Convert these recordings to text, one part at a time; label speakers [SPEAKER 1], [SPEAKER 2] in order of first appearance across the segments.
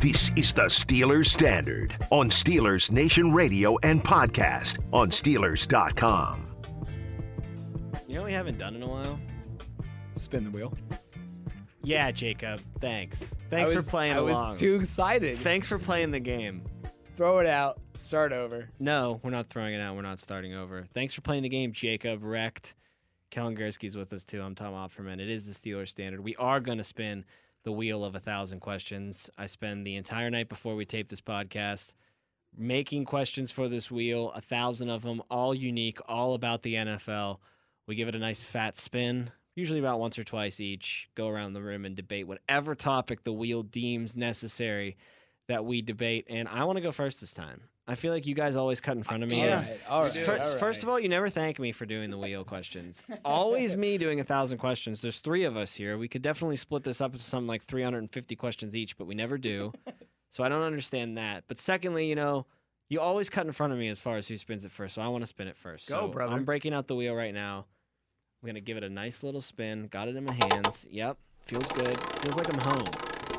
[SPEAKER 1] This is the Steelers Standard on Steelers Nation Radio and podcast on Steelers.com.
[SPEAKER 2] You know what we haven't done in a while?
[SPEAKER 3] Spin the wheel.
[SPEAKER 2] Yeah, Jacob. Thanks. Thanks
[SPEAKER 3] I
[SPEAKER 2] for
[SPEAKER 3] was-
[SPEAKER 2] playing
[SPEAKER 3] I
[SPEAKER 2] along.
[SPEAKER 3] was too excited.
[SPEAKER 2] Thanks for playing the game.
[SPEAKER 3] Throw it out. Start over.
[SPEAKER 2] No, we're not throwing it out. We're not starting over. Thanks for playing the game, Jacob. Wrecked. Kellen Gursky's with us too. I'm Tom Opperman. It is the Steelers standard. We are going to spin the wheel of a thousand questions. I spend the entire night before we tape this podcast making questions for this wheel, a thousand of them, all unique, all about the NFL. We give it a nice fat spin, usually about once or twice each. Go around the room and debate whatever topic the wheel deems necessary that we debate. And I want to go first this time. I feel like you guys always cut in front of me.
[SPEAKER 3] All right. All right.
[SPEAKER 2] First, first of all, you never thank me for doing the wheel questions. Always me doing a thousand questions. There's three of us here. We could definitely split this up into something like 350 questions each, but we never do. So I don't understand that. But secondly, you know, you always cut in front of me as far as who spins it first. So I want to spin it first.
[SPEAKER 4] Go,
[SPEAKER 2] So
[SPEAKER 4] brother.
[SPEAKER 2] I'm breaking out the wheel right now. I'm gonna give it a nice little spin. Got it in my hands. Yep, feels good. Feels like I'm home.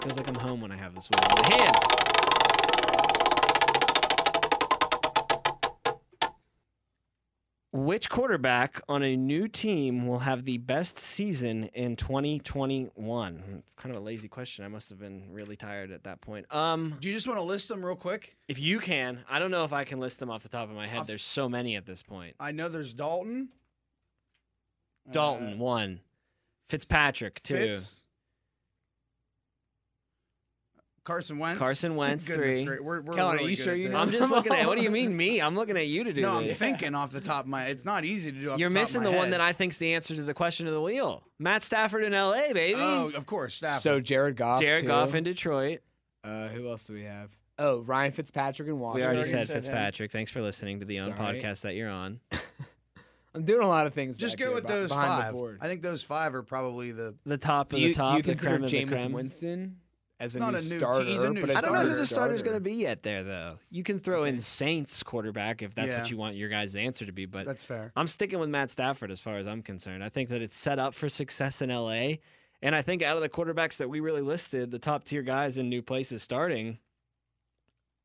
[SPEAKER 2] Feels like I'm home when I have this wheel in my hands. Which quarterback on a new team will have the best season in 2021? Kind of a lazy question. I must have been really tired at that point. Um,
[SPEAKER 4] Do you just want to list them real quick?
[SPEAKER 2] if you can, I don't know if I can list them off the top of my head.
[SPEAKER 4] Off-
[SPEAKER 2] There's so many at this point.
[SPEAKER 4] I know there's Dalton.
[SPEAKER 2] Dalton
[SPEAKER 4] Uh,
[SPEAKER 2] one, Fitzpatrick two,
[SPEAKER 4] Fitz. Carson Wentz.
[SPEAKER 2] Carson Wentz
[SPEAKER 4] Goodness
[SPEAKER 2] three.
[SPEAKER 4] gra- We're, we're
[SPEAKER 3] Kellen, are
[SPEAKER 4] really
[SPEAKER 3] you
[SPEAKER 4] good
[SPEAKER 3] sure
[SPEAKER 4] at
[SPEAKER 3] you
[SPEAKER 4] this.
[SPEAKER 3] know
[SPEAKER 2] I'm just looking at. What do you mean me? I'm looking at you to do
[SPEAKER 4] No, I'm
[SPEAKER 2] this.
[SPEAKER 4] thinking off the top of my. It's not easy to do. Off
[SPEAKER 2] You're
[SPEAKER 4] the top
[SPEAKER 2] missing
[SPEAKER 4] of
[SPEAKER 2] the
[SPEAKER 4] my
[SPEAKER 2] one
[SPEAKER 4] head.
[SPEAKER 2] that I think's the answer to the question of the wheel. Matt Stafford in L.A. Baby.
[SPEAKER 4] Oh, of course, Stafford.
[SPEAKER 3] So Jared Goff.
[SPEAKER 2] Jared
[SPEAKER 3] too.
[SPEAKER 2] Goff in Detroit.
[SPEAKER 3] Uh, who else do we have? Oh, Ryan Fitzpatrick in
[SPEAKER 2] We
[SPEAKER 3] Washington.
[SPEAKER 2] already
[SPEAKER 4] already
[SPEAKER 2] said
[SPEAKER 4] said him.
[SPEAKER 2] Fitzpatrick. Thanks for listening to the own
[SPEAKER 3] Sorry.
[SPEAKER 2] podcast that you're on.
[SPEAKER 3] I'm doing a lot of things.
[SPEAKER 4] just
[SPEAKER 3] back
[SPEAKER 4] go
[SPEAKER 3] here,
[SPEAKER 4] with
[SPEAKER 3] beh-
[SPEAKER 4] those
[SPEAKER 3] behind
[SPEAKER 4] five.
[SPEAKER 3] The board.
[SPEAKER 4] I think those five are probably the.
[SPEAKER 2] The top
[SPEAKER 3] do
[SPEAKER 2] of
[SPEAKER 3] you,
[SPEAKER 2] the top.
[SPEAKER 3] do you
[SPEAKER 2] the
[SPEAKER 3] consider
[SPEAKER 2] creme of the
[SPEAKER 3] Jameis
[SPEAKER 2] creme.
[SPEAKER 3] Winston as a
[SPEAKER 4] Not
[SPEAKER 3] new
[SPEAKER 4] a new
[SPEAKER 3] starter?
[SPEAKER 4] te- he's a new
[SPEAKER 3] but
[SPEAKER 2] I don't know who the
[SPEAKER 3] starter.
[SPEAKER 2] starter's going to be yet there though. You can throw in Saints quarterback if that's what
[SPEAKER 4] Yeah.
[SPEAKER 2] you want your guys' answer to be, but
[SPEAKER 4] That's fair.
[SPEAKER 2] I'm sticking with Matt Stafford as far as I'm concerned. I think that it's set up for success in LA. And I think out of the quarterbacks that we really listed, the top tier guys in new places starting,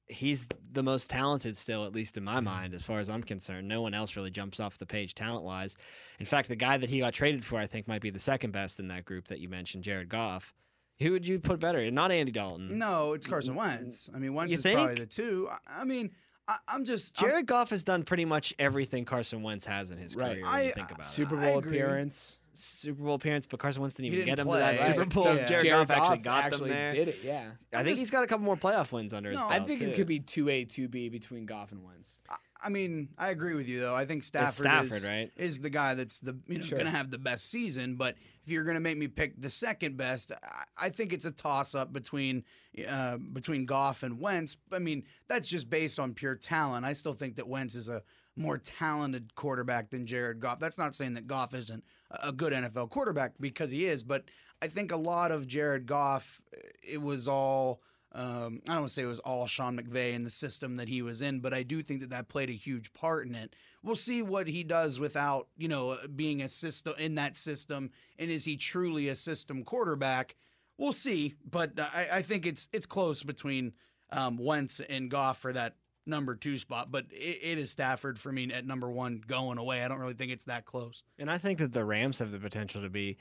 [SPEAKER 2] he's the most talented still, at least in
[SPEAKER 4] Mm-hmm.
[SPEAKER 2] my mind, as far as I'm concerned. No one else really jumps off the page talent wise. In fact, the guy that he got traded for, I think, might be the second best in that group that you mentioned, Jared Goff. Who would you put better? Not Andy Dalton.
[SPEAKER 4] No, it's Carson Wentz. I mean, Wentz
[SPEAKER 2] Um, mm, You
[SPEAKER 4] is probably
[SPEAKER 2] think?
[SPEAKER 4] the two. I, I mean, I, I'm just. I'm-
[SPEAKER 2] Jared Goff has done pretty much everything Carson Wentz has in his
[SPEAKER 3] Right.
[SPEAKER 2] career. When you
[SPEAKER 4] I-
[SPEAKER 2] think about it.
[SPEAKER 3] Super
[SPEAKER 4] I
[SPEAKER 3] Bowl
[SPEAKER 4] agree.
[SPEAKER 3] appearance.
[SPEAKER 2] Super Bowl appearance, but Carson Wentz didn't
[SPEAKER 4] He
[SPEAKER 2] even
[SPEAKER 4] didn't
[SPEAKER 2] get him to that
[SPEAKER 4] play,
[SPEAKER 2] Super
[SPEAKER 4] right.
[SPEAKER 2] Bowl.
[SPEAKER 4] So
[SPEAKER 2] Jared, Goff actually got
[SPEAKER 3] actually
[SPEAKER 2] them there.
[SPEAKER 3] did it. Yeah.
[SPEAKER 2] I think he's got a couple more playoff wins under his
[SPEAKER 4] No,
[SPEAKER 2] belt.
[SPEAKER 3] I think
[SPEAKER 2] too.
[SPEAKER 3] it could be two A, two B between Goff and Wentz.
[SPEAKER 4] I mean, I agree with you though. I think
[SPEAKER 2] It's
[SPEAKER 4] Stafford,
[SPEAKER 2] Stafford,
[SPEAKER 4] is,
[SPEAKER 2] right?
[SPEAKER 4] is the guy that's the you know
[SPEAKER 3] Sure.
[SPEAKER 4] going to have the best season. But if you're going to make me pick the second best, I, I think it's a toss up between uh, between Goff and Wentz. I mean, that's just based on pure talent. I still think that Wentz is a more talented quarterback than Jared Goff. That's not saying that Goff isn't a- a good NFL quarterback because he is, but I think a lot of Jared Goff, it was all. Um, I don't want to say it was all Sean McVay and the system that he was in, but I do think that that played a huge part in it. We'll see what he does without, you know, uh, being a system in that system, and is he truly a system quarterback? We'll see, but uh, I, I think it's it's close between um, Wentz and Goff for that number two spot, but it, it is Stafford for me at number one going away. I don't really think it's that close.
[SPEAKER 2] and I think that the Rams have the potential to be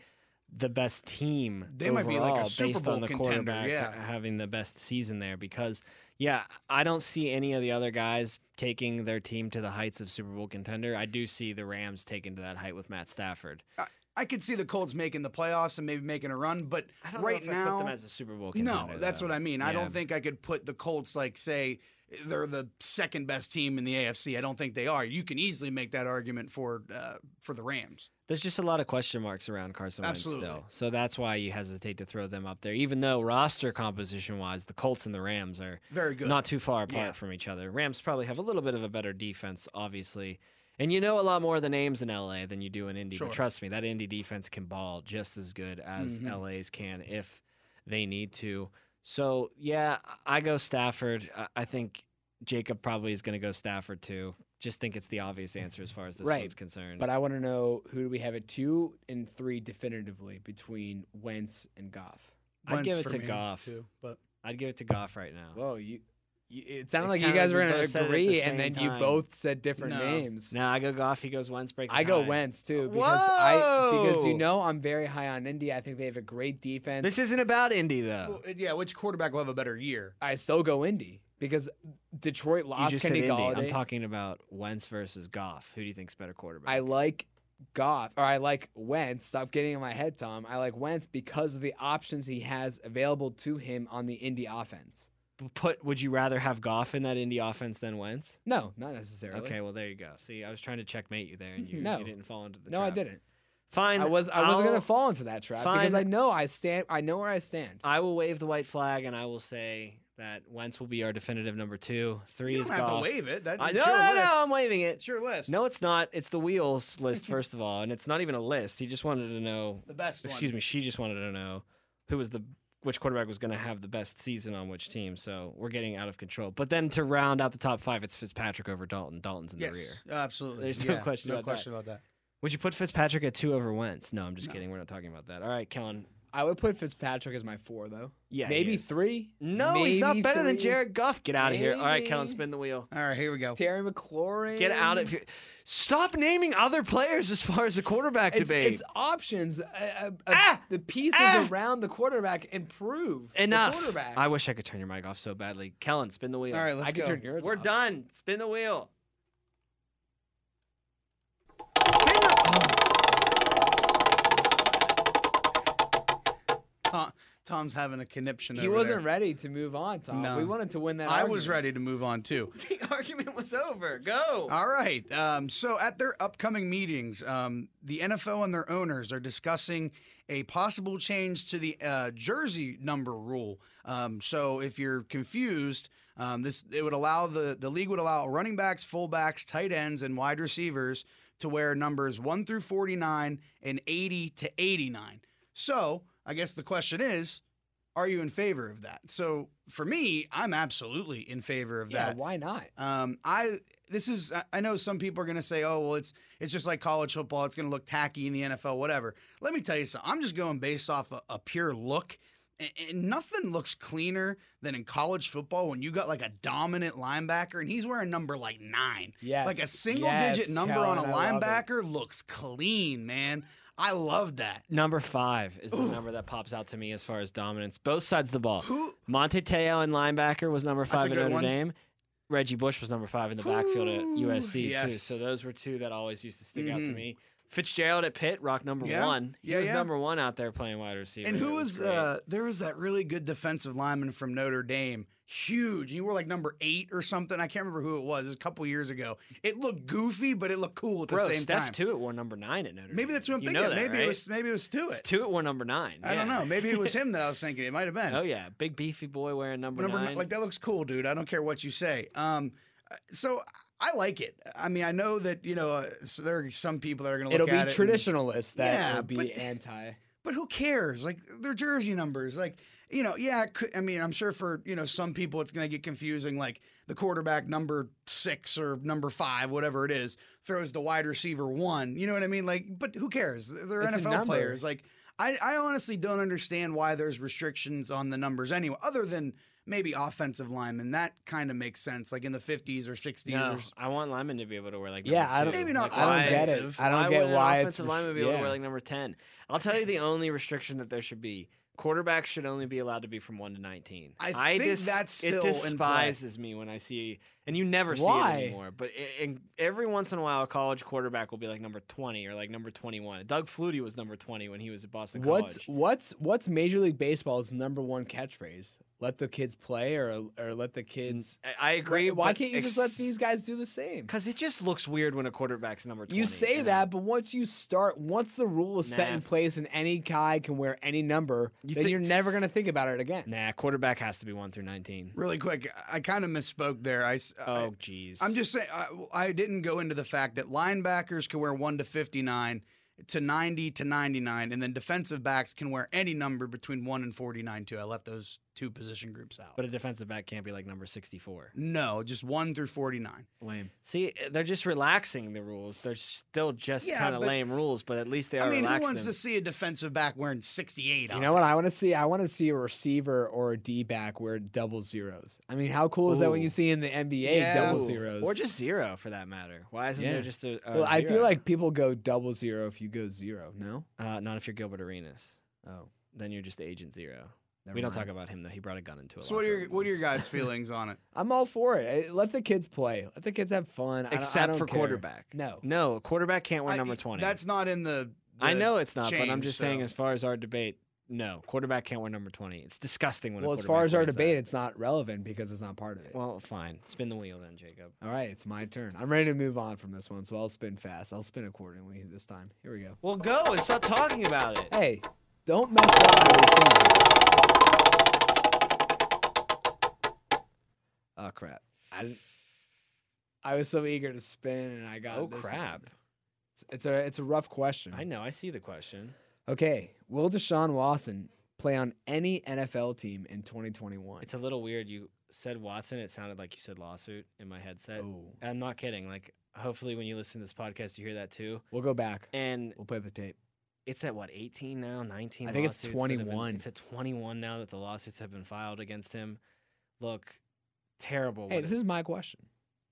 [SPEAKER 2] the best team.
[SPEAKER 4] They might be like a
[SPEAKER 2] overall
[SPEAKER 4] Super
[SPEAKER 2] based on
[SPEAKER 4] Bowl
[SPEAKER 2] the
[SPEAKER 4] contender,
[SPEAKER 2] quarterback
[SPEAKER 4] yeah.
[SPEAKER 2] ha- having the best season there because. Yeah, I don't see any of the other guys taking their team to the heights of Super Bowl contender. I do see the Rams taken to that height with Matt Stafford.
[SPEAKER 4] I could see the Colts making the playoffs and maybe making a run, but
[SPEAKER 2] I don't
[SPEAKER 4] right
[SPEAKER 2] know if
[SPEAKER 4] now
[SPEAKER 2] I put them as a Super Bowl
[SPEAKER 4] No,
[SPEAKER 2] contender.
[SPEAKER 4] that's
[SPEAKER 2] though.
[SPEAKER 4] what I mean. I
[SPEAKER 2] Yeah.
[SPEAKER 4] don't think I could put the Colts like say they're the second best team in the AFC. I don't think they are. You can easily make that argument for uh, for the Rams.
[SPEAKER 2] There's just a lot of question marks around Carson Wentz
[SPEAKER 4] Absolutely.
[SPEAKER 2] still. So that's why you hesitate to throw them up there, even though roster composition wise, the Colts and the Rams are
[SPEAKER 4] Very good.
[SPEAKER 2] not too far apart
[SPEAKER 4] Yeah.
[SPEAKER 2] from each other. Rams probably have a little bit of a better defense, obviously. And you know a lot more of the names in LA than you do in Indy.
[SPEAKER 4] Sure.
[SPEAKER 2] But trust me, that Indy defense can ball just as good as
[SPEAKER 4] Mhm.
[SPEAKER 2] LA's can if they need to. So, yeah, I go Stafford. I- I think Jacob probably is going to go Stafford too. Just think it's the obvious answer as far as this
[SPEAKER 3] Right.
[SPEAKER 2] one's concerned.
[SPEAKER 3] But I want to know who do we have at two and three definitively between Wentz and Goff.
[SPEAKER 2] I'd
[SPEAKER 4] Wentz
[SPEAKER 2] give it
[SPEAKER 4] for
[SPEAKER 2] to
[SPEAKER 4] me
[SPEAKER 2] Goff.
[SPEAKER 4] too, but
[SPEAKER 2] I'd give it to Goff right now.
[SPEAKER 3] Whoa, you, you it sounded
[SPEAKER 2] It's
[SPEAKER 3] like you
[SPEAKER 2] Uh-huh. kinda
[SPEAKER 3] guys
[SPEAKER 2] like
[SPEAKER 3] were
[SPEAKER 2] we
[SPEAKER 3] gonna
[SPEAKER 2] both said it at the
[SPEAKER 3] agree, and
[SPEAKER 2] same
[SPEAKER 3] then you
[SPEAKER 2] time.
[SPEAKER 3] both said different
[SPEAKER 4] No.
[SPEAKER 3] names.
[SPEAKER 2] Now I go Goff. He goes Wentz. Breaks. the
[SPEAKER 3] I go
[SPEAKER 2] tie.
[SPEAKER 3] Wentz too because I because you
[SPEAKER 2] Whoa.
[SPEAKER 3] know I'm very high on Indy. I think they have a great defense.
[SPEAKER 2] This isn't about Indy though.
[SPEAKER 4] Well, yeah, which quarterback will have a better year?
[SPEAKER 3] I still go Indy because Detroit
[SPEAKER 2] you
[SPEAKER 3] lost
[SPEAKER 2] just said
[SPEAKER 3] Kenny
[SPEAKER 2] Indy. I'm
[SPEAKER 3] Galladay.
[SPEAKER 2] talking about Wentz versus Goff. Who do you think's better quarterback?
[SPEAKER 3] I like Goff or I like Wentz. Stop getting in my head, Tom. I like Wentz because of the options he has available to him on the Indy offense.
[SPEAKER 2] P- put. Would you rather have Goff in that Indy offense than Wentz?
[SPEAKER 3] No, not necessarily.
[SPEAKER 2] Okay, well there you go. See, I was trying to checkmate you there, and you,
[SPEAKER 3] No.
[SPEAKER 2] you didn't fall into the
[SPEAKER 3] No, I
[SPEAKER 2] trap.
[SPEAKER 3] didn't.
[SPEAKER 2] Fine.
[SPEAKER 3] I was I wasn't
[SPEAKER 2] I'll-
[SPEAKER 3] gonna fall into that trap because
[SPEAKER 2] Fine.
[SPEAKER 3] I know I stand. I know where I stand.
[SPEAKER 2] I will wave the white flag, and I will say that Wentz will be our definitive number two. Three
[SPEAKER 4] You
[SPEAKER 2] is
[SPEAKER 4] don't have
[SPEAKER 2] Goff.
[SPEAKER 4] to waive it. That,
[SPEAKER 2] I, no,
[SPEAKER 4] it's your
[SPEAKER 2] no,
[SPEAKER 4] list.
[SPEAKER 2] no, I'm waving it.
[SPEAKER 4] it's your list.
[SPEAKER 2] No, it's not. It's the wheels list, first of all, and it's not even a list. He just wanted to know.
[SPEAKER 4] the best one.
[SPEAKER 2] Excuse me. She just wanted to know who was the which quarterback was going to have the best season on which team. So we're getting out of control. But then to round out the top five, it's Fitzpatrick over Dalton. Dalton's in
[SPEAKER 4] Yes,
[SPEAKER 2] the rear.
[SPEAKER 4] absolutely.
[SPEAKER 2] There's no
[SPEAKER 4] yeah,
[SPEAKER 2] question
[SPEAKER 4] no
[SPEAKER 2] about that.
[SPEAKER 4] question about that.
[SPEAKER 2] Would you put Fitzpatrick at two over Wentz? No, I'm just
[SPEAKER 4] No.
[SPEAKER 2] kidding. We're not talking about that. All right, Kellen.
[SPEAKER 3] I would put Fitzpatrick as my four though.
[SPEAKER 2] Yeah, he
[SPEAKER 3] maybe
[SPEAKER 2] is.
[SPEAKER 3] three.
[SPEAKER 2] No, he's not
[SPEAKER 3] Maybe
[SPEAKER 2] better than
[SPEAKER 3] three.
[SPEAKER 2] Jared Goff. Get out of here. All right, Kellen,
[SPEAKER 3] Maybe.
[SPEAKER 2] spin the wheel.
[SPEAKER 4] All right, here we go.
[SPEAKER 3] Terry McLaurin.
[SPEAKER 2] Get out of here. Stop naming other players as far as the quarterback
[SPEAKER 3] It's,
[SPEAKER 2] debate.
[SPEAKER 3] it's options. Uh, uh, uh,
[SPEAKER 2] Ah!
[SPEAKER 3] the pieces
[SPEAKER 2] Ah!
[SPEAKER 3] around the quarterback improve.
[SPEAKER 2] Enough.
[SPEAKER 3] The quarterback.
[SPEAKER 2] I wish I could turn your mic off so badly. Kellen, spin the wheel.
[SPEAKER 4] All right, let's
[SPEAKER 3] I could
[SPEAKER 4] go.
[SPEAKER 3] turn yours
[SPEAKER 2] We're
[SPEAKER 3] off.
[SPEAKER 2] done. Spin the wheel.
[SPEAKER 4] Tom- Tom's having a conniption.
[SPEAKER 3] He
[SPEAKER 4] over
[SPEAKER 3] wasn't
[SPEAKER 4] there.
[SPEAKER 3] ready to move on, Tom.
[SPEAKER 4] No.
[SPEAKER 3] We wanted to win that.
[SPEAKER 4] I was
[SPEAKER 3] argument.
[SPEAKER 4] ready to move on too.
[SPEAKER 2] The argument was over. Go.
[SPEAKER 4] All right. Um, so at their upcoming meetings, um, the NFL and their owners are discussing a possible change to the uh, jersey number rule. Um, so if you're confused, um, this it would allow the the league would allow running backs, fullbacks, tight ends, and wide receivers to wear numbers one through forty nine and eighty to eighty nine. So I guess the question is. Are you in favor of that? So for me, I'm absolutely in favor of
[SPEAKER 3] Yeah,
[SPEAKER 4] that.
[SPEAKER 3] why not?
[SPEAKER 4] Um, I this is I- I know some people are gonna say, oh well, it's it's just like college football. It's gonna look tacky in the NFL, whatever. Let me tell you something. I'm just going based off a, a pure look. And, and nothing looks cleaner than in college football when you got like a dominant linebacker and he's wearing number like nine.
[SPEAKER 3] Yes.
[SPEAKER 4] Like a single
[SPEAKER 3] Yes,
[SPEAKER 4] digit number on a
[SPEAKER 3] Kellen, I love it.
[SPEAKER 4] linebacker looks clean, man. I love that.
[SPEAKER 2] Number five is the number that pops out to me as far as dominance. Both sides of the ball.
[SPEAKER 4] Who
[SPEAKER 2] Monte Teo in linebacker was number
[SPEAKER 4] That's
[SPEAKER 2] five in
[SPEAKER 4] a good
[SPEAKER 2] Notre
[SPEAKER 4] one.
[SPEAKER 2] Dame. Reggie Bush was number five in the backfield at
[SPEAKER 4] Ooh,
[SPEAKER 2] USC too.
[SPEAKER 4] yes.
[SPEAKER 2] So those were two that always used to stick out to
[SPEAKER 4] Mhm.
[SPEAKER 2] me. Fitzgerald at Pitt, rock number
[SPEAKER 4] Yeah,
[SPEAKER 2] one. He
[SPEAKER 4] yeah,
[SPEAKER 2] was
[SPEAKER 4] yeah.
[SPEAKER 2] number one out there playing wide receiver.
[SPEAKER 4] And
[SPEAKER 2] It
[SPEAKER 4] who was
[SPEAKER 2] great.
[SPEAKER 4] uh, there was that really good defensive lineman from Notre Dame, huge. He wore like number eight or something. I can't remember who it was. It was a couple years ago. It looked goofy, but it looked cool at the
[SPEAKER 2] Bro,
[SPEAKER 4] same
[SPEAKER 2] Steph
[SPEAKER 4] time.
[SPEAKER 2] Tuitt wore number nine at Notre Dame.
[SPEAKER 4] Maybe that's who I'm
[SPEAKER 2] You
[SPEAKER 4] thinking.
[SPEAKER 2] know
[SPEAKER 4] of.
[SPEAKER 2] that,
[SPEAKER 4] maybe
[SPEAKER 2] right?
[SPEAKER 4] it was maybe it was Stewart.
[SPEAKER 2] Tuitt wore number nine.
[SPEAKER 4] I don't
[SPEAKER 2] yeah.
[SPEAKER 4] know. Maybe it was him that I was thinking. It might have been.
[SPEAKER 2] Oh yeah, big beefy boy wearing number,
[SPEAKER 4] number
[SPEAKER 2] nine.
[SPEAKER 4] nine. Like that looks cool, dude. I don't care what you say. Um, so I like it. I mean, I know that you know uh, so there are some people that are going to
[SPEAKER 3] It'll
[SPEAKER 4] look
[SPEAKER 3] be
[SPEAKER 4] at it. and-
[SPEAKER 3] traditionalists that
[SPEAKER 4] Yeah,
[SPEAKER 3] will be
[SPEAKER 4] but-
[SPEAKER 3] anti.
[SPEAKER 4] but who cares? Like their jersey numbers, like you know, yeah. it could- I mean, I'm sure for you know some people it's gonna get confusing. Like the quarterback number six or number five, whatever it is, throws the wide receiver one. You know what I mean? Like, but who cares? They're
[SPEAKER 3] It's a
[SPEAKER 4] NFL
[SPEAKER 3] number.
[SPEAKER 4] players. Like, I, I honestly don't understand why there's restrictions on the numbers anyway, other than maybe offensive linemen. That kind of makes sense. Like in the 50s or 60s or
[SPEAKER 2] no,
[SPEAKER 4] s-
[SPEAKER 2] I want linemen to be able to wear like
[SPEAKER 3] Yeah,
[SPEAKER 2] number
[SPEAKER 3] I
[SPEAKER 2] two.
[SPEAKER 3] don't-
[SPEAKER 4] Maybe not
[SPEAKER 2] Like,
[SPEAKER 3] I don't
[SPEAKER 2] why-
[SPEAKER 3] get it.
[SPEAKER 4] offensive.
[SPEAKER 3] I don't
[SPEAKER 2] why
[SPEAKER 3] get
[SPEAKER 2] wouldn't an
[SPEAKER 3] why
[SPEAKER 2] offensive
[SPEAKER 3] it's
[SPEAKER 2] lineman be able to wear
[SPEAKER 3] yeah.
[SPEAKER 2] like number ten. I'll tell you the only restriction that there should be: quarterbacks should only be allowed to be from one to nineteen.
[SPEAKER 4] I think that's
[SPEAKER 2] it
[SPEAKER 4] still in play.
[SPEAKER 2] despises me when I see, and you never
[SPEAKER 3] Why?
[SPEAKER 2] see it anymore. But i in, every once in a while, a college quarterback will be like number twenty or like number twenty-one. Doug Flutie was number twenty when he was at Boston
[SPEAKER 3] What's
[SPEAKER 2] College.
[SPEAKER 3] what's what's Major League Baseball's number one catchphrase? Let the kids play, or or let the kids.
[SPEAKER 2] I- I agree.
[SPEAKER 3] Why
[SPEAKER 2] but
[SPEAKER 3] can't you just let
[SPEAKER 2] ex-
[SPEAKER 3] these guys do the same?
[SPEAKER 2] Because it just looks weird when a quarterback's number 20.
[SPEAKER 3] You say
[SPEAKER 2] know?
[SPEAKER 3] that, but once you start, once the rule is set
[SPEAKER 2] Nah.
[SPEAKER 3] in place and any guy can wear any number,
[SPEAKER 2] You
[SPEAKER 3] then
[SPEAKER 2] thi-
[SPEAKER 3] you're never gonna think about it again.
[SPEAKER 2] Nah, quarterback has to be 1 through 19.
[SPEAKER 4] really quick. I- I kind of misspoke there. I, s- I-
[SPEAKER 2] Oh, jeez.
[SPEAKER 4] I'm just saying, I, I didn't go into the fact that linebackers can wear 1 to 59 to 90 to 99, and then defensive backs can wear any number between 1 and 49, too. I left those two position groups out.
[SPEAKER 2] But a defensive back can't be like number 64.
[SPEAKER 4] no, just one through forty nine.
[SPEAKER 5] Lame.
[SPEAKER 2] See, they're just relaxing the rules. They're still just
[SPEAKER 4] Yeah,
[SPEAKER 2] kind of
[SPEAKER 4] but-
[SPEAKER 2] lame rules, but at least they are
[SPEAKER 4] I mean, who
[SPEAKER 2] relaxing
[SPEAKER 4] wants
[SPEAKER 2] them.
[SPEAKER 4] to see a defensive back wearing sixty eight?
[SPEAKER 3] You know what I want to see? I want to see a receiver or a D back wear double zeros. I mean, how cool is that when
[SPEAKER 2] Ooh.
[SPEAKER 3] you see in the NBA
[SPEAKER 4] Yeah.
[SPEAKER 3] double
[SPEAKER 4] Ooh.
[SPEAKER 3] zeros?
[SPEAKER 2] Or just zero for that matter. Why isn't
[SPEAKER 3] Yeah.
[SPEAKER 2] there just a, a
[SPEAKER 3] well, I feel
[SPEAKER 2] Uh, zero?
[SPEAKER 3] like people go double zero if you go zero. No.
[SPEAKER 2] uh, not if you're Gilbert Arenas.
[SPEAKER 3] Oh,
[SPEAKER 2] Then you're just agent zero.
[SPEAKER 3] never
[SPEAKER 2] we don't
[SPEAKER 3] mind.
[SPEAKER 2] talk about him though. He brought a gun into it.
[SPEAKER 4] So what are your what are your guys' feelings on it?
[SPEAKER 3] I'm all for it. Eh, Let the kids play. Let the kids have fun. I don't- I
[SPEAKER 2] Except
[SPEAKER 3] don't
[SPEAKER 2] for
[SPEAKER 3] care.
[SPEAKER 2] quarterback.
[SPEAKER 3] No.
[SPEAKER 2] No, a quarterback can't wear
[SPEAKER 4] I-
[SPEAKER 2] number twenty.
[SPEAKER 4] That's not in the.
[SPEAKER 2] I
[SPEAKER 4] the-
[SPEAKER 2] know it's not, but I'm
[SPEAKER 4] change,
[SPEAKER 2] just saying
[SPEAKER 4] so-
[SPEAKER 2] as far as our debate, no, quarterback can't wear number twenty. It's disgusting when. a
[SPEAKER 3] Well, as far
[SPEAKER 2] quarterback
[SPEAKER 3] as our
[SPEAKER 2] wears that.
[SPEAKER 3] debate, it's not relevant because it's not part of it.
[SPEAKER 2] well, fine. Spin the wheel then, Jacob.
[SPEAKER 3] all right, it's my turn. I'm ready to move on from this one, so I'll spin fast. I'll spin accordingly this time. Here we go.
[SPEAKER 2] Well, go and stop talking about it.
[SPEAKER 3] Hey, don't mess up my routine. Oh crap! I didn't- I was so eager to spin, and I got
[SPEAKER 2] Oh
[SPEAKER 3] this one.
[SPEAKER 2] crap!
[SPEAKER 3] It's, it's a it's a rough question.
[SPEAKER 2] I know. I see the question.
[SPEAKER 3] Okay, will Deshaun Watson play on any NFL team in 2021?
[SPEAKER 2] It's a little weird. You said Watson. It sounded like you said lawsuit in my headset.
[SPEAKER 3] Oh,
[SPEAKER 2] I'm not kidding. Like, hopefully, when you listen to this podcast, you hear that too.
[SPEAKER 3] we'll go back.
[SPEAKER 2] And
[SPEAKER 3] We'll play the tape.
[SPEAKER 2] it's at what 18 now 19
[SPEAKER 3] I think
[SPEAKER 2] lawsuits
[SPEAKER 3] it's
[SPEAKER 2] that have been-
[SPEAKER 3] 21.
[SPEAKER 2] it's at 21 now that the lawsuits have been filed against him look terrible
[SPEAKER 3] Hey,
[SPEAKER 2] what
[SPEAKER 3] this
[SPEAKER 2] it-
[SPEAKER 3] is my question.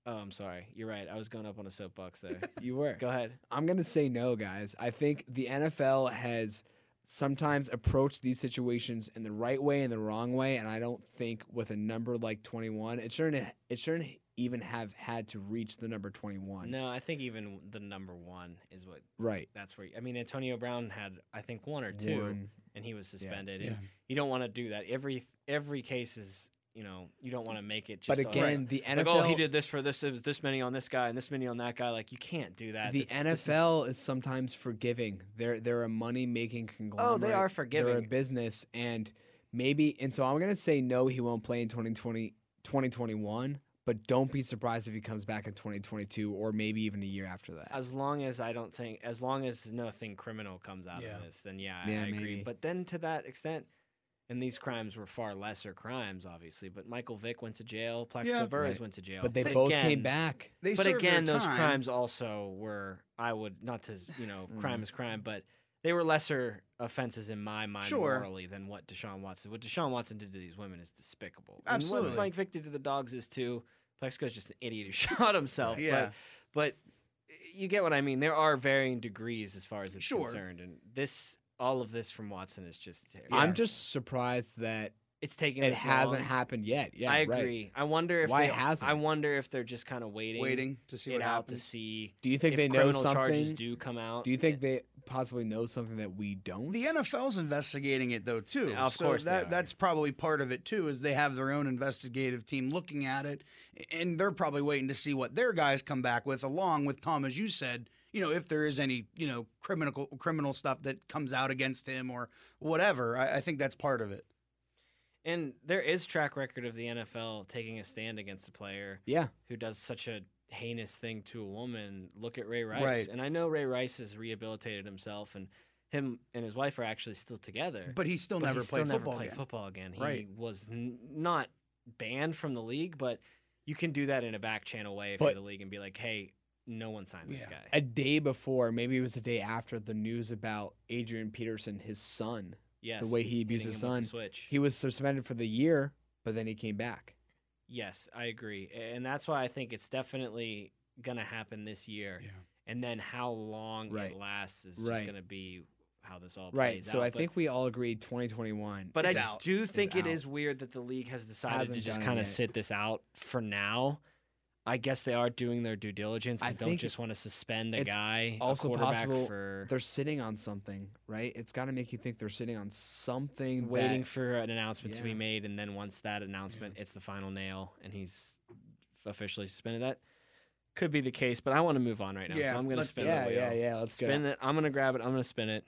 [SPEAKER 2] oh i'm sorry you're right i was going up on a soapbox there
[SPEAKER 3] You were.
[SPEAKER 2] go ahead
[SPEAKER 3] I'm going to say no, guys. I think the NFL has sometimes approached these situations in the right way and the wrong way, and I don't think with a number like 21, it shouldn't it shouldn't even have had to reach the number 21.
[SPEAKER 2] no i think even the number one is what
[SPEAKER 3] Right.
[SPEAKER 2] that's where i mean antonio brown had i think one or two
[SPEAKER 3] One.
[SPEAKER 2] and he was suspended
[SPEAKER 4] Yeah.
[SPEAKER 2] and you don't want to do that every every case is you know you don't want to make it just
[SPEAKER 3] But
[SPEAKER 2] on-
[SPEAKER 3] again, the NFL
[SPEAKER 2] like, oh he did this for this it was this many on this guy and this many on that guy like you can't do that
[SPEAKER 3] the
[SPEAKER 2] That's- this is-
[SPEAKER 3] NFL is sometimes forgiving. They're they're a money making conglomerate.
[SPEAKER 2] Oh, are
[SPEAKER 3] They're a
[SPEAKER 2] forgiving.
[SPEAKER 3] business, and maybe and so I'm gonna say no. He won't play in 2020, 2021, But don't be surprised if he comes back in 2022 or maybe even a year after that.
[SPEAKER 2] as long as I don't think, as long as nothing criminal comes out
[SPEAKER 4] Yeah.
[SPEAKER 2] of this, then yeah, I-
[SPEAKER 3] Yeah,
[SPEAKER 2] I agree.
[SPEAKER 3] maybe.
[SPEAKER 2] But then to that extent, and these crimes were far lesser crimes, obviously. But Michael Vick went to jail, Plaxico
[SPEAKER 4] Yeah.
[SPEAKER 2] Burris
[SPEAKER 3] Right.
[SPEAKER 2] went to jail.
[SPEAKER 3] but they both came
[SPEAKER 2] again-
[SPEAKER 3] back.
[SPEAKER 4] They
[SPEAKER 2] But
[SPEAKER 4] served their
[SPEAKER 2] again, those
[SPEAKER 4] time.
[SPEAKER 2] crimes also were, I would not to, s- you
[SPEAKER 3] Mm.
[SPEAKER 2] know, crime is crime, but they were lesser offenses in my mind
[SPEAKER 4] Sure.
[SPEAKER 2] morally than what Deshaun Watson, what Deshaun Watson did to these women is despicable. And
[SPEAKER 4] Absolutely.
[SPEAKER 2] what Mike Vick did to the dogs is too. Plexico's just an idiot who shot himself.
[SPEAKER 4] Yeah.
[SPEAKER 2] But but you get what I mean. There are varying degrees as far as it's
[SPEAKER 4] Sure.
[SPEAKER 2] concerned, and this, all of this from Watson is just terrible.
[SPEAKER 4] Yeah.
[SPEAKER 3] I'm just surprised that
[SPEAKER 2] It's taking.
[SPEAKER 3] it
[SPEAKER 2] this
[SPEAKER 3] hasn't
[SPEAKER 2] long.
[SPEAKER 3] happened yet. Yeah,
[SPEAKER 2] I
[SPEAKER 3] right.
[SPEAKER 2] agree. I wonder if
[SPEAKER 3] Why
[SPEAKER 2] they,
[SPEAKER 3] hasn't
[SPEAKER 2] I
[SPEAKER 3] it?
[SPEAKER 2] wonder if they're just kind of waiting,
[SPEAKER 4] waiting to see
[SPEAKER 2] it
[SPEAKER 4] what
[SPEAKER 2] out
[SPEAKER 4] happens.
[SPEAKER 2] to see.
[SPEAKER 3] Do you think
[SPEAKER 2] if
[SPEAKER 3] they know
[SPEAKER 2] criminal charges
[SPEAKER 3] something? Do,
[SPEAKER 2] do come out?
[SPEAKER 3] you think they possibly know something that we don't?
[SPEAKER 4] The NFL's investigating it though too.
[SPEAKER 2] Yeah, of
[SPEAKER 4] so
[SPEAKER 2] course they
[SPEAKER 4] that
[SPEAKER 2] are.
[SPEAKER 4] that's probably part of it too is they have their own investigative team looking at it and they're probably waiting to see what their guys come back with along with Tom as you said, you know, if there is any, you know, criminal criminal stuff that comes out against him or whatever. I, I think that's part of it.
[SPEAKER 2] And there is track record of the NFL taking a stand against a player
[SPEAKER 3] yeah,
[SPEAKER 2] who does such a heinous thing to a woman. Look at Ray Rice.
[SPEAKER 4] Right.
[SPEAKER 2] And I know Ray Rice has rehabilitated himself and him and his wife are actually still together.
[SPEAKER 4] But he still
[SPEAKER 2] but
[SPEAKER 4] never
[SPEAKER 2] he
[SPEAKER 4] played
[SPEAKER 2] still
[SPEAKER 4] football
[SPEAKER 2] never played
[SPEAKER 4] again.
[SPEAKER 2] football again. He
[SPEAKER 4] Right.
[SPEAKER 2] was n- not banned from the league, but you can do that in a back channel way if
[SPEAKER 3] But-
[SPEAKER 2] you're the league and be like, "Hey, no one signed this
[SPEAKER 4] Yeah.
[SPEAKER 2] guy."
[SPEAKER 3] a day before, maybe it was the day after the news about Adrian Peterson, his son,
[SPEAKER 2] yes.
[SPEAKER 3] way he abused
[SPEAKER 2] hitting
[SPEAKER 3] his
[SPEAKER 2] him with the
[SPEAKER 3] son,
[SPEAKER 2] Switch.
[SPEAKER 3] He was suspended for the year, but then he came back.
[SPEAKER 2] yes, I agree. A- And that's why I think it's definitely going to happen this year.
[SPEAKER 4] Yeah.
[SPEAKER 2] And then how long
[SPEAKER 3] Right.
[SPEAKER 2] it lasts is
[SPEAKER 3] Right.
[SPEAKER 2] just going to be how this all
[SPEAKER 3] Right.
[SPEAKER 2] plays
[SPEAKER 3] So
[SPEAKER 2] out.
[SPEAKER 3] I
[SPEAKER 2] But
[SPEAKER 3] think we all agreed 2021.
[SPEAKER 2] But
[SPEAKER 4] It's
[SPEAKER 2] I
[SPEAKER 4] out.
[SPEAKER 2] do think it
[SPEAKER 3] out.
[SPEAKER 2] is weird that the league has decided to
[SPEAKER 3] Hasn't
[SPEAKER 2] just
[SPEAKER 3] done it
[SPEAKER 2] kind
[SPEAKER 3] yet.
[SPEAKER 2] of sit this out for now. I guess they are doing their due diligence
[SPEAKER 3] I
[SPEAKER 2] and don't
[SPEAKER 3] think
[SPEAKER 2] just want to suspend a
[SPEAKER 3] it's
[SPEAKER 2] guy,
[SPEAKER 3] also
[SPEAKER 2] a quarterback
[SPEAKER 3] possible
[SPEAKER 2] for
[SPEAKER 3] they're sitting on something, right? It's got to make you think they're sitting on something.
[SPEAKER 2] waiting
[SPEAKER 3] that-
[SPEAKER 2] for an announcement to be
[SPEAKER 3] Yeah.
[SPEAKER 2] made, and then once that announcement, it's the final nail, and he's officially suspended. That could be the case, but I want to move on right now,
[SPEAKER 4] Yeah,
[SPEAKER 2] so I'm going to
[SPEAKER 4] let's-
[SPEAKER 2] spin the
[SPEAKER 3] yeah,
[SPEAKER 2] wheel.
[SPEAKER 3] yeah, yeah. Let's
[SPEAKER 2] Spin
[SPEAKER 3] go.
[SPEAKER 2] it. I'm going to grab it. I'm going to spin it.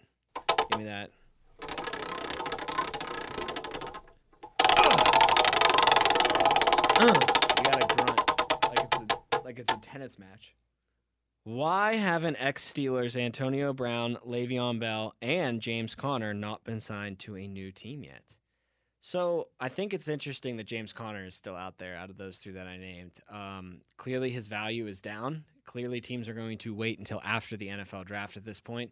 [SPEAKER 2] Give me that.
[SPEAKER 3] You got to grunt like it's a like it's a tennis match.
[SPEAKER 2] Why haven't ex Steelers Antonio Brown, Le'Veon Bell, and James Conner not been signed to a new team yet? So I think it's interesting that James Conner is still out there out of those two that I named. Um, clearly, his value is down. Clearly, teams are going to wait until after the NFL draft at this point.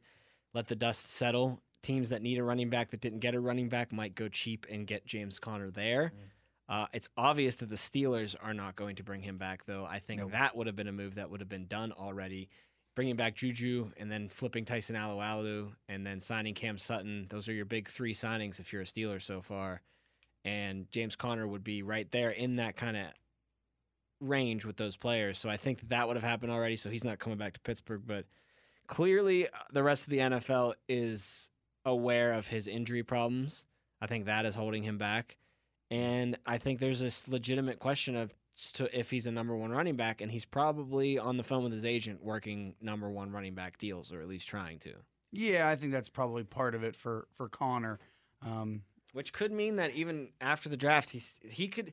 [SPEAKER 2] Let the dust settle. Teams that need a running back that didn't get a running back might go cheap and get James Conner there. Uh, it's obvious that the Steelers are not going to bring him back, though. I think
[SPEAKER 4] Nope.
[SPEAKER 2] that would have been a move that would have been done already. Bringing back Juju and then flipping Tyson Alualu and then signing Cam Sutton. Those are your big three signings if you're a Steeler so far and James Conner would be right there in that kind of range with those players. So I think that, that would have happened already. So he's not coming back to Pittsburgh, but clearly uh, the rest of the NFL is aware of his injury problems. I think that is holding him back, and I think there's this legitimate question of s- to if he's a number one running back, and he's probably on the phone with his agent working number one running back deals, or at least trying to.
[SPEAKER 4] Yeah, I think that's probably part of it for for Connor. Um,
[SPEAKER 2] which could mean that even after the draft, he's he could.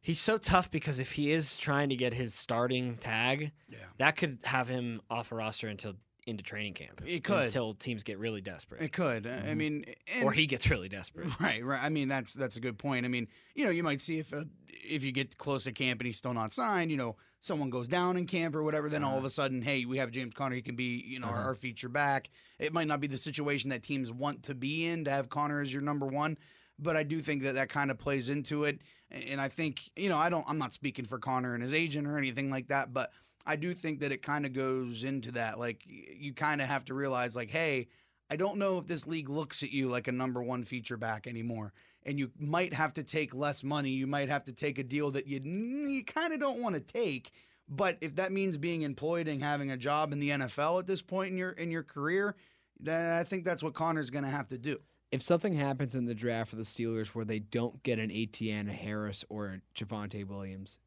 [SPEAKER 2] He's so tough because if he is trying to get his starting tag,
[SPEAKER 4] yeah,
[SPEAKER 2] that could have him off a roster until into training camp.
[SPEAKER 4] It could.
[SPEAKER 2] until teams get really
[SPEAKER 4] it
[SPEAKER 2] desperate,
[SPEAKER 4] could. I- I mean, and-
[SPEAKER 2] Mm-hmm. or he gets really desperate.
[SPEAKER 4] Right, right. I mean, that's that's a good point. I mean, you know, you might see if uh if you get close to camp and he's still not signed, you know, someone goes down in camp or whatever, then all of a sudden, hey, we have James Conner. He can be, you know, our, our feature back. It might not be the situation that teams want to be in to have Connor as your number one, but I do think that that kind of plays into it. A- And I think, you know, I don't, I'm not speaking for Connor and his agent or anything like that, but I do think that it kind of goes into that. Like, y- you kind of have to realize, like, hey, I don't know if this league looks at you like a number one feature back anymore. And you might have to take less money. You might have to take a deal that you, you kind of don't want to take. But if that means being employed and having a job in the NFL at this point in your in your career, then I think that's what Connor's going to have to do.
[SPEAKER 3] If something happens in the draft for the Steelers where they don't get an ATN, a Harris, or a Javante Williams,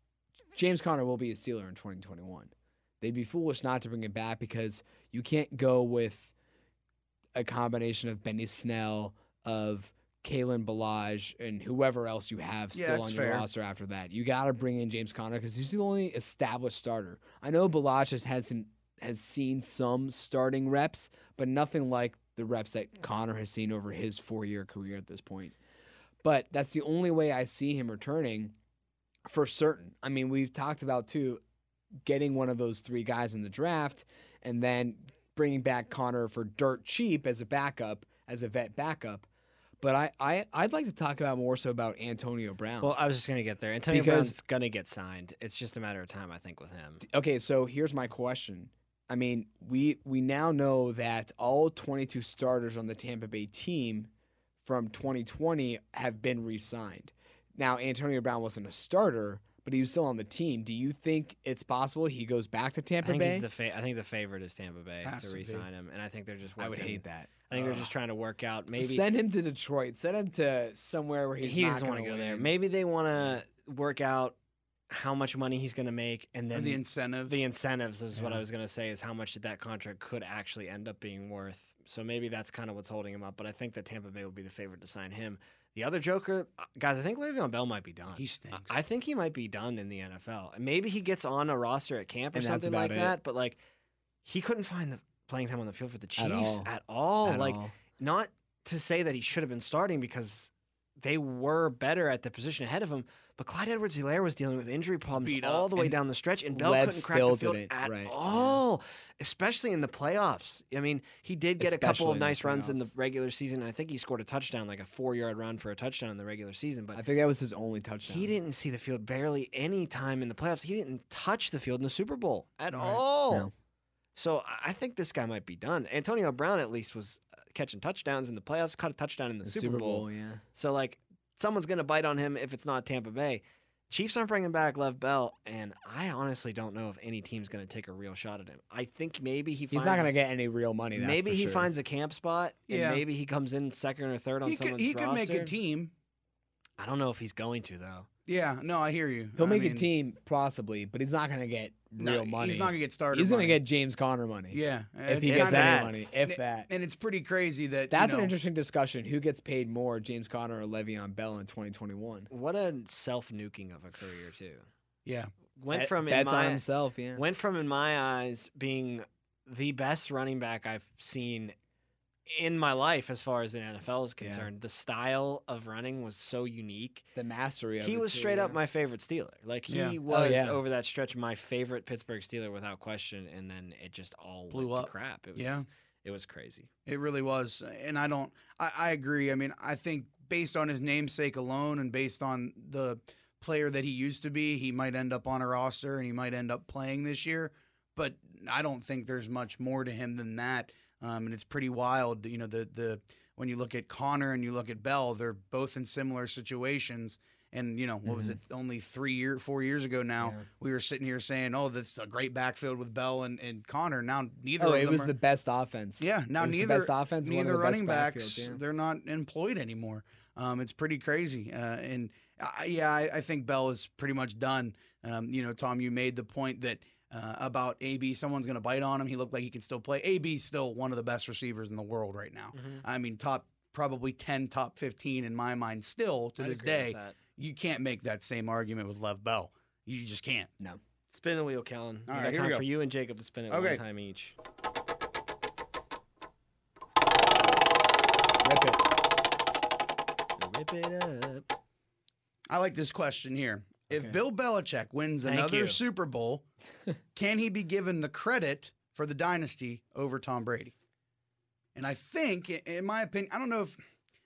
[SPEAKER 3] James Conner will be a Steeler in 2021. They'd be foolish not to bring him back because you can't go with a combination of Benny Snell, of Kalen Balaj, and whoever else you have
[SPEAKER 4] Yeah,
[SPEAKER 3] still
[SPEAKER 4] that's
[SPEAKER 3] on your
[SPEAKER 4] fair.
[SPEAKER 3] roster after that. You got to bring in James Conner because he's the only established starter. I know Balaj has had some has seen some starting reps, but nothing like the reps that Connor has seen over his four year career at this point. But that's the only way I see him returning for certain. I mean, we've talked about too getting one of those three guys in the draft and then bringing back Connor for dirt cheap as a backup, as a vet backup. But I, I, I'd like to talk about more so about Antonio Brown.
[SPEAKER 2] Well, I was just gonna get there. Antonio
[SPEAKER 3] Because-
[SPEAKER 2] Brown's gonna get signed. It's just a matter of time, I think, with him.
[SPEAKER 3] okay, so here's my question. I mean, we we now know that all 22 starters on the Tampa Bay team from 2020 have been re-signed. Now, Antonio Brown wasn't a starter, but he was still on the team. Do you think it's possible he goes back
[SPEAKER 2] I
[SPEAKER 3] to Tampa
[SPEAKER 2] think,
[SPEAKER 3] Bay?
[SPEAKER 2] he's the fa- I think the favorite is Tampa Bay
[SPEAKER 4] Has
[SPEAKER 2] to
[SPEAKER 4] to be.
[SPEAKER 2] re-sign him, and I think they're just. Working,
[SPEAKER 3] I would hate that.
[SPEAKER 2] I think they're just trying to work out maybe
[SPEAKER 3] Send him to Detroit. Send him to somewhere where he's
[SPEAKER 2] he
[SPEAKER 3] not
[SPEAKER 2] doesn't want to
[SPEAKER 3] gonna
[SPEAKER 2] go there.
[SPEAKER 3] win.
[SPEAKER 2] Maybe they want to work out how much money he's going to make, and then
[SPEAKER 4] the incentive.
[SPEAKER 2] the incentives is what I
[SPEAKER 4] Yeah.
[SPEAKER 2] was going to say is how much that contract could actually end up being worth. So maybe that's kind of what's holding him up. But I think that Tampa Bay will be the favorite to sign him. The other Joker, uh, guys, I think Le'Veon Bell might be done.
[SPEAKER 4] he stinks.
[SPEAKER 2] I think he might be done in the NFL. And Maybe he gets on a roster at camp or
[SPEAKER 3] And that's
[SPEAKER 2] something
[SPEAKER 3] about
[SPEAKER 2] like
[SPEAKER 3] it.
[SPEAKER 2] that. But like, he couldn't find the playing time on the field for the Chiefs
[SPEAKER 3] At
[SPEAKER 2] at all.
[SPEAKER 3] all. At
[SPEAKER 2] like,
[SPEAKER 3] all.
[SPEAKER 2] not to say that he should have been starting because they were better at the position ahead of him, but Clyde Edwards Hilaire was dealing with injury problems
[SPEAKER 4] beat
[SPEAKER 2] all
[SPEAKER 4] up,
[SPEAKER 2] the way
[SPEAKER 4] and
[SPEAKER 2] down the stretch, and Bell
[SPEAKER 3] Lev
[SPEAKER 2] couldn't crack
[SPEAKER 3] still
[SPEAKER 2] the field
[SPEAKER 3] didn't,
[SPEAKER 2] at
[SPEAKER 3] right, yeah.
[SPEAKER 2] all, especially in the playoffs. I mean, he did get a couple
[SPEAKER 3] Especially
[SPEAKER 2] of
[SPEAKER 3] in the
[SPEAKER 2] nice runs in the
[SPEAKER 3] playoffs.
[SPEAKER 2] regular season. and I think he scored a touchdown, like a four yard run for a touchdown in the regular season, but
[SPEAKER 3] I think that was his only touchdown.
[SPEAKER 2] he didn't see the field barely any time in the playoffs. He didn't touch the field in the Super Bowl at
[SPEAKER 4] Right.
[SPEAKER 2] all.
[SPEAKER 3] No.
[SPEAKER 2] So I- I think this guy might be done. Antonio Brown at least was uh, catching touchdowns in the playoffs, caught a touchdown in the,
[SPEAKER 3] The
[SPEAKER 2] Super, Bowl.
[SPEAKER 3] yeah.
[SPEAKER 2] So like someone's gonna bite on him if it's not Tampa Bay. Chiefs aren't bringing back Lev Bell, and I honestly don't know if any team's gonna take a real shot at him. I think maybe he
[SPEAKER 3] He's
[SPEAKER 2] finds
[SPEAKER 3] not going to get any real money. That's
[SPEAKER 2] maybe
[SPEAKER 3] for
[SPEAKER 2] he
[SPEAKER 3] sure.
[SPEAKER 2] finds a camp spot, and
[SPEAKER 4] Yeah.
[SPEAKER 2] maybe he comes in second or third on
[SPEAKER 4] he could
[SPEAKER 2] someone's
[SPEAKER 4] he could make a
[SPEAKER 2] roster.
[SPEAKER 4] team.
[SPEAKER 2] I don't know if he's going to though.
[SPEAKER 4] Yeah, no, I hear you.
[SPEAKER 3] He'll
[SPEAKER 4] I
[SPEAKER 3] make a
[SPEAKER 4] mean,
[SPEAKER 3] team possibly, but he's not going to get
[SPEAKER 4] no,
[SPEAKER 3] real money.
[SPEAKER 4] He's not gonna get started.
[SPEAKER 3] He's gonna get James Conner money.
[SPEAKER 4] Yeah,
[SPEAKER 3] If
[SPEAKER 4] it's
[SPEAKER 3] he gets
[SPEAKER 4] kinda-
[SPEAKER 2] that.
[SPEAKER 3] any money, if
[SPEAKER 4] N-
[SPEAKER 3] that.
[SPEAKER 4] And it's pretty crazy that you
[SPEAKER 3] That's an
[SPEAKER 4] know,
[SPEAKER 3] interesting discussion. Who gets paid more, James Conner or Le'Veon Bell in 2021?
[SPEAKER 2] What a self nuking of a career too.
[SPEAKER 4] Yeah,
[SPEAKER 2] Went
[SPEAKER 3] Bet-
[SPEAKER 2] from in
[SPEAKER 3] bets
[SPEAKER 2] my
[SPEAKER 3] on himself. Yeah.
[SPEAKER 2] went from in my eyes being the best running back I've seen in my life as far as the NFL is concerned. The style of running was so unique.
[SPEAKER 3] The mastery of
[SPEAKER 2] he
[SPEAKER 3] it
[SPEAKER 2] was
[SPEAKER 3] too,
[SPEAKER 2] straight up
[SPEAKER 3] yeah.
[SPEAKER 2] my favorite Steeler. Like he
[SPEAKER 4] Yeah. Oh,
[SPEAKER 2] was
[SPEAKER 3] yeah.
[SPEAKER 2] over that stretch my favorite Pittsburgh Steeler without question. And then it just all
[SPEAKER 4] Blew
[SPEAKER 2] went
[SPEAKER 4] up.
[SPEAKER 2] to crap. It was,
[SPEAKER 4] Yeah.
[SPEAKER 2] it was crazy.
[SPEAKER 4] It really was, and I don't. I, I agree. I mean, I think based on his namesake alone, and based on the player that he used to be, he might end up on a roster, and he might end up playing this year. But I don't think there's much more to him than that. Um, and it's pretty wild, you know. The the when you look at Connor and you look at Bell, they're both in similar situations. And you know what was
[SPEAKER 3] Mm-hmm.
[SPEAKER 4] it? Only three year, four years ago now, we were sitting here saying, "Oh, this is a great backfield with Bell and, and Connor." Now neither
[SPEAKER 3] Oh,
[SPEAKER 4] of them
[SPEAKER 3] it was
[SPEAKER 4] are,
[SPEAKER 3] the best offense.
[SPEAKER 4] yeah. Now
[SPEAKER 3] It was the
[SPEAKER 4] neither
[SPEAKER 3] best offense, one of
[SPEAKER 4] neither
[SPEAKER 3] the best
[SPEAKER 4] running
[SPEAKER 3] backfields,
[SPEAKER 4] backs
[SPEAKER 3] yeah.
[SPEAKER 4] they're not employed anymore. Um, it's pretty crazy. Uh, and I, yeah, I, I think Bell is pretty much done. Um, you know, Tom, you made the point that uh, about AB, someone's going to bite on him. He looked like he could still play. AB's still one of the best receivers in the world right now.
[SPEAKER 2] Mm-hmm.
[SPEAKER 4] I mean, top probably ten, top fifteen in my mind still to
[SPEAKER 2] I'd
[SPEAKER 4] this
[SPEAKER 2] agree with
[SPEAKER 4] day.
[SPEAKER 2] that.
[SPEAKER 4] You can't make that same argument with Lev Bell. You just can't.
[SPEAKER 2] Spin the wheel, Kellen.
[SPEAKER 4] All
[SPEAKER 2] I
[SPEAKER 4] right,
[SPEAKER 2] got
[SPEAKER 4] here we
[SPEAKER 2] time
[SPEAKER 4] go.
[SPEAKER 2] for you and Jacob to spin it
[SPEAKER 4] Okay.
[SPEAKER 2] one time each.
[SPEAKER 3] Rip it.
[SPEAKER 2] Rip it up.
[SPEAKER 4] I like this question here. If
[SPEAKER 3] Okay.
[SPEAKER 4] Bill Belichick wins
[SPEAKER 2] Thank
[SPEAKER 4] another
[SPEAKER 2] you.
[SPEAKER 4] Super Bowl, can he be given the credit for the dynasty over Tom Brady? And I think, i- in my opinion, I don't know if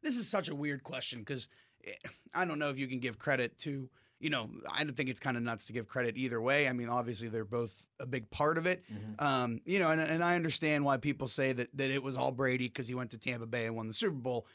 [SPEAKER 4] this is such a weird question because I don't know if you can give credit to, you know, I don't think it's kind of nuts to give credit either way. I mean, obviously, they're both a big part of it.
[SPEAKER 2] Mm-hmm.
[SPEAKER 4] Um, you know, and, and I understand why people say that, that it was all Brady because he went to Tampa Bay and won the Super Bowl.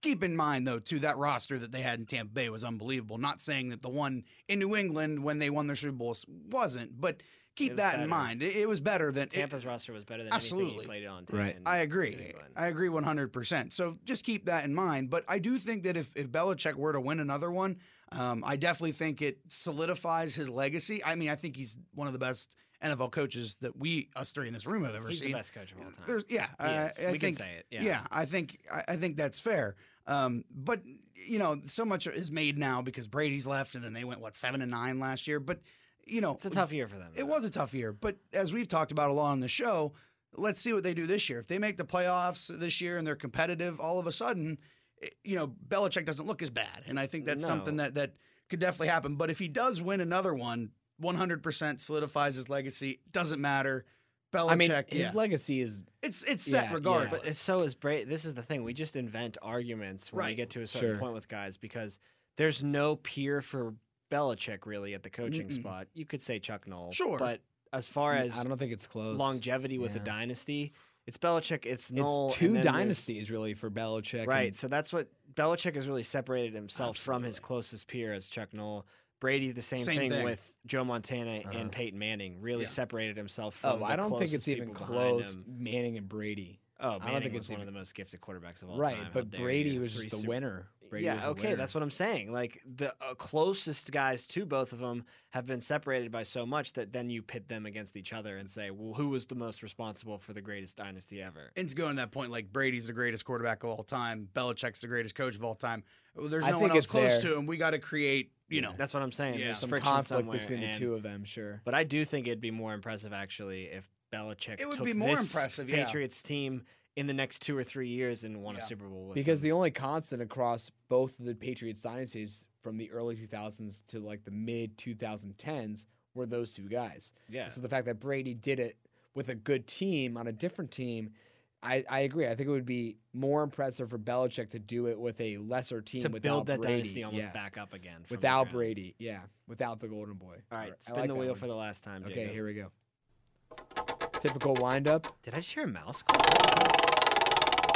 [SPEAKER 4] Keep in mind, though, too, that roster that they had in Tampa Bay was unbelievable. Not saying that the one in New England when they won their Super Bowls wasn't, but
[SPEAKER 2] It
[SPEAKER 4] keep
[SPEAKER 2] was
[SPEAKER 4] that
[SPEAKER 2] better.
[SPEAKER 4] in mind. It, it was better than it-
[SPEAKER 2] Tampa's roster was better than anything
[SPEAKER 4] Absolutely.
[SPEAKER 2] he played on.
[SPEAKER 3] Right.
[SPEAKER 2] in
[SPEAKER 4] I
[SPEAKER 2] New
[SPEAKER 4] agree.
[SPEAKER 2] England.
[SPEAKER 4] I agree 100%. So just keep that in mind. But I do think that if, if Belichick were to win another one, um, I definitely think it solidifies his legacy. I mean, I think he's one of the best NFL coaches that we, us three in this room, have ever
[SPEAKER 2] He's
[SPEAKER 4] seen.
[SPEAKER 2] the best coach of all time.
[SPEAKER 4] There's, yeah,
[SPEAKER 2] He
[SPEAKER 4] I-
[SPEAKER 2] is.
[SPEAKER 4] I
[SPEAKER 2] we
[SPEAKER 4] think,
[SPEAKER 2] can say it.
[SPEAKER 4] yeah.
[SPEAKER 2] Yeah.
[SPEAKER 4] I think I, I think that's fair. Um, but you know, so much is made now because Brady's left, and then they went what seven and nine last year. But you know,
[SPEAKER 2] It's a tough year for them.
[SPEAKER 4] it
[SPEAKER 2] though.
[SPEAKER 4] was a tough year, but as we've talked about a lot on the show, let's see what they do this year. If they make the playoffs this year and they're competitive, all of a sudden, eh, you know, Belichick doesn't look as bad, and I think that's something
[SPEAKER 2] No.
[SPEAKER 4] that that could definitely happen. But if he does win another one, 100% solidifies his legacy. Doesn't matter. Belichick,
[SPEAKER 3] I mean, his
[SPEAKER 4] yeah.
[SPEAKER 3] legacy is
[SPEAKER 4] it's it's set
[SPEAKER 3] Yeah, yeah.
[SPEAKER 4] regardless.
[SPEAKER 2] But it's so is Brady. This is the thing. We just invent arguments when we
[SPEAKER 4] Right.
[SPEAKER 2] get to a certain
[SPEAKER 3] Sure.
[SPEAKER 2] point with guys because there's no peer for Belichick really at the coaching
[SPEAKER 4] Mm-mm.
[SPEAKER 2] spot. You could say Chuck Knoll.
[SPEAKER 4] Sure.
[SPEAKER 2] But as far
[SPEAKER 3] Mm, I
[SPEAKER 2] as
[SPEAKER 3] don't think it's close.
[SPEAKER 2] longevity with the
[SPEAKER 3] Yeah.
[SPEAKER 2] dynasty, it's Belichick, it's Knoll.
[SPEAKER 3] it's
[SPEAKER 2] and
[SPEAKER 3] two
[SPEAKER 2] then there's-
[SPEAKER 3] dynasties really for Belichick. and-
[SPEAKER 2] Right. So that's what Belichick has really separated himself from his closest peer as Chuck Knoll. Brady, the same,
[SPEAKER 4] Same
[SPEAKER 2] thing,
[SPEAKER 4] thing.
[SPEAKER 2] with Joe Montana
[SPEAKER 3] Uh-huh.
[SPEAKER 2] and Peyton Manning, really
[SPEAKER 4] Yeah.
[SPEAKER 2] separated himself from
[SPEAKER 3] Oh,
[SPEAKER 2] the
[SPEAKER 3] I don't think
[SPEAKER 2] closest
[SPEAKER 3] it's even
[SPEAKER 2] people behind
[SPEAKER 3] close.
[SPEAKER 2] him.
[SPEAKER 3] Manning and Brady.
[SPEAKER 2] Oh,
[SPEAKER 3] don't
[SPEAKER 2] Manning
[SPEAKER 3] think
[SPEAKER 2] was
[SPEAKER 3] it's
[SPEAKER 2] one of
[SPEAKER 3] even-
[SPEAKER 2] the most gifted quarterbacks of all
[SPEAKER 3] Right,
[SPEAKER 2] time.
[SPEAKER 3] but Brady was just the
[SPEAKER 2] winner.
[SPEAKER 3] winner. Brady
[SPEAKER 2] yeah,
[SPEAKER 3] was the
[SPEAKER 2] okay,
[SPEAKER 3] winner.
[SPEAKER 2] that's what I'm saying. Like the uh, closest guys to both of them have been separated by so much that then you pit them against each other and say, well, who was the most responsible for the greatest dynasty ever?
[SPEAKER 4] it's going to that point like Brady's the greatest quarterback of all time. Belichick's the greatest coach of all time. There's
[SPEAKER 3] I
[SPEAKER 4] no
[SPEAKER 3] think
[SPEAKER 4] one else
[SPEAKER 3] it's
[SPEAKER 4] close
[SPEAKER 3] there.
[SPEAKER 4] to him. We got to create, you know,
[SPEAKER 2] That's what I'm saying.
[SPEAKER 4] Yeah.
[SPEAKER 2] There's
[SPEAKER 3] some
[SPEAKER 2] friction
[SPEAKER 3] conflict
[SPEAKER 2] somewhere,
[SPEAKER 3] between the
[SPEAKER 2] and-
[SPEAKER 3] two of them. Sure.
[SPEAKER 2] But I do think it'd be more impressive actually if Belichick
[SPEAKER 4] It would
[SPEAKER 2] took
[SPEAKER 4] be more
[SPEAKER 2] this
[SPEAKER 4] impressive, yeah.
[SPEAKER 2] Patriots team in the next two or three years and won a
[SPEAKER 4] Yeah.
[SPEAKER 2] Super Bowl with
[SPEAKER 3] Because
[SPEAKER 2] them.
[SPEAKER 3] the only constant across both of the Patriots dynasties from the early 2000s to like the mid 2010s were those two guys.
[SPEAKER 2] yeah.
[SPEAKER 3] So the fact that Brady did it with a good team on a different team, I, I agree. I think it would be more impressive for Belichick to do it with a lesser team
[SPEAKER 2] to
[SPEAKER 3] without
[SPEAKER 2] build that
[SPEAKER 3] Brady.
[SPEAKER 2] dynasty almost
[SPEAKER 3] yeah.
[SPEAKER 2] back up again. from the
[SPEAKER 3] Without
[SPEAKER 2] ground.
[SPEAKER 3] Brady, yeah. Without the Golden Boy.
[SPEAKER 2] All right,
[SPEAKER 3] I
[SPEAKER 2] spin
[SPEAKER 3] like
[SPEAKER 2] the
[SPEAKER 3] that
[SPEAKER 2] wheel
[SPEAKER 3] one.
[SPEAKER 2] for the last time.
[SPEAKER 3] Okay,
[SPEAKER 2] Jacob.
[SPEAKER 3] here we go. Typical windup.
[SPEAKER 2] Did I just hear a mouse? click?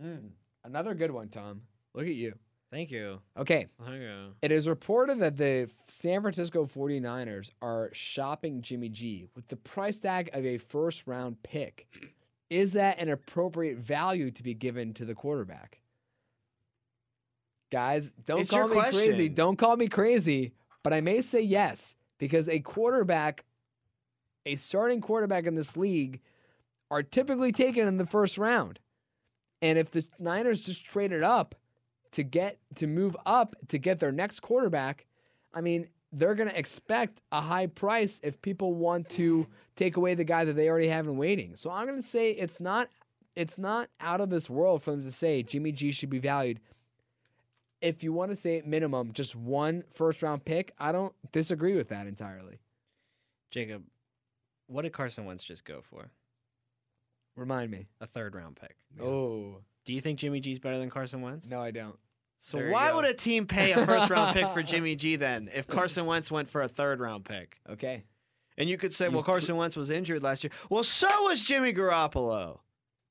[SPEAKER 3] Hmm, Another good one, Tom. Look at you.
[SPEAKER 2] Thank you.
[SPEAKER 3] Okay.
[SPEAKER 2] There you go.
[SPEAKER 3] It is reported that the San Francisco 49ers are shopping Jimmy G with the price tag of a first round pick. Is that an appropriate value to be given to the quarterback? Guys, don't
[SPEAKER 2] It's
[SPEAKER 3] call
[SPEAKER 2] your
[SPEAKER 3] me crazy.
[SPEAKER 2] question.
[SPEAKER 3] Don't call me crazy, but I may say yes because a quarterback, a starting quarterback in this league, are typically taken in the first round. And if the Niners just traded up to get to move up to get their next quarterback, I mean, they're going to expect a high price if people want to take away the guy that they already have in waiting. So I'm going to say it's not it's not out of this world for them to say Jimmy G should be valued. If you want to say at minimum just one first round pick, I don't disagree with that entirely.
[SPEAKER 2] Jacob, what did Carson Wentz just go for?
[SPEAKER 3] Remind me.
[SPEAKER 2] A third round pick.
[SPEAKER 3] Oh,
[SPEAKER 2] Do you think Jimmy G's better than Carson Wentz?
[SPEAKER 3] no, I don't.
[SPEAKER 2] So
[SPEAKER 4] There you
[SPEAKER 2] why
[SPEAKER 4] go.
[SPEAKER 2] would a team pay a first round pick for Jimmy G then if Carson Wentz went for a third round pick?
[SPEAKER 3] Okay.
[SPEAKER 2] And you could say, well,
[SPEAKER 3] You've
[SPEAKER 2] Carson Wentz was injured last year. Well, so was Jimmy Garoppolo.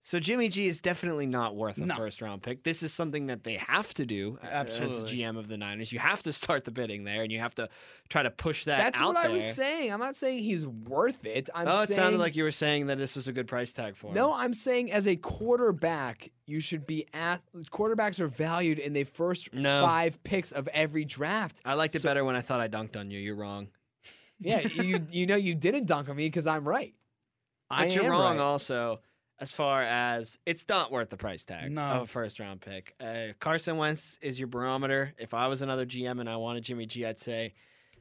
[SPEAKER 2] So Jimmy G is definitely not worth a
[SPEAKER 4] No.
[SPEAKER 2] first round pick. This is something that they have to do uh, as
[SPEAKER 4] Absolutely.
[SPEAKER 2] GM of the Niners. You have to start the bidding there and you have to try to push that
[SPEAKER 3] That's
[SPEAKER 2] out
[SPEAKER 3] what I was
[SPEAKER 2] there.
[SPEAKER 3] saying. I'm not saying he's worth it. I'm
[SPEAKER 2] oh, it
[SPEAKER 3] saying,
[SPEAKER 2] sounded like you were saying that this was a good price tag for him.
[SPEAKER 3] No, I'm saying as a quarterback, you should be at quarterbacks are valued in the first
[SPEAKER 2] No.
[SPEAKER 3] five picks of every draft.
[SPEAKER 2] I liked it
[SPEAKER 3] So-
[SPEAKER 2] better when I thought I dunked on you. You're wrong.
[SPEAKER 3] Yeah, you you know you didn't dunk on me because I'm right. I
[SPEAKER 2] But you're
[SPEAKER 3] am
[SPEAKER 2] wrong
[SPEAKER 3] right.
[SPEAKER 2] also as far as it's not worth the price tag
[SPEAKER 4] No.
[SPEAKER 2] of a first round pick. Uh, Carson Wentz is your barometer. If I was another GM and I wanted Jimmy G, I'd say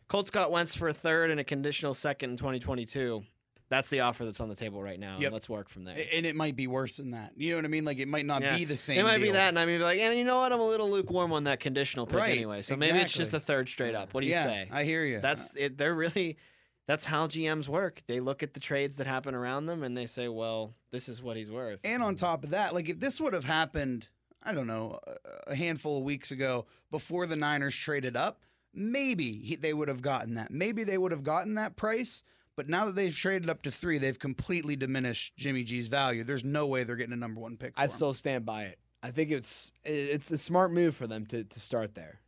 [SPEAKER 2] Colts got Wentz for a third and a conditional second in 2022. That's the offer that's on the table right now. and
[SPEAKER 4] Yep.
[SPEAKER 2] Let's work from there.
[SPEAKER 4] A- And it might be worse than that. You know what I mean? Like it might not
[SPEAKER 2] Yeah.
[SPEAKER 4] be the same.
[SPEAKER 2] It might be
[SPEAKER 4] deal.
[SPEAKER 2] that, and I mean, like, and you know what? I'm a little lukewarm on that conditional pick
[SPEAKER 4] Right,
[SPEAKER 2] anyway. So maybe it's just
[SPEAKER 4] exactly.
[SPEAKER 2] a third straight up. What do you
[SPEAKER 4] yeah,
[SPEAKER 2] say?
[SPEAKER 4] I hear you.
[SPEAKER 2] That's it. They're really. That's how GMs work. They look at the trades that happen around them and they say, "Well, this is what he's worth."
[SPEAKER 4] And on top of that, like if this would have happened, I don't know, a- a handful of weeks ago before the Niners traded up, maybe he, they would have gotten that. Maybe they would have gotten that price. But now that they've traded up to three, they've completely diminished Jimmy G's value. There's no way they're getting a number one pick. For
[SPEAKER 3] I
[SPEAKER 4] him.
[SPEAKER 3] still stand by it. I think it's it- it's a smart move for them to, to start there.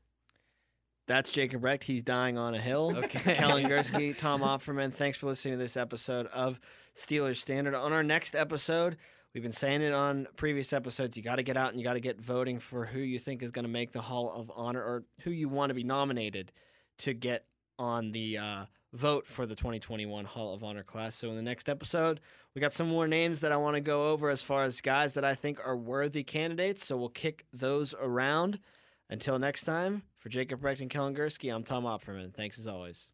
[SPEAKER 2] That's Jacob Recht. He's dying on a hill.
[SPEAKER 3] Okay.
[SPEAKER 2] Kellen Gursky, Tom Opperman, thanks for listening to this episode of Steelers Standard. On our next episode, we've been saying it on previous episodes. You got to get out and you got to get voting for who you think is going to make the Hall of Honor or who you want to be nominated to get on the uh, vote for the 2021 Hall of Honor class. So in the next episode, we got some more names that I want to go over as far as guys that I think are worthy candidates. So we'll kick those around. Until next time, for Jacob Brecht and Kellen Gursky, I'm Tom Opperman. Thanks as always.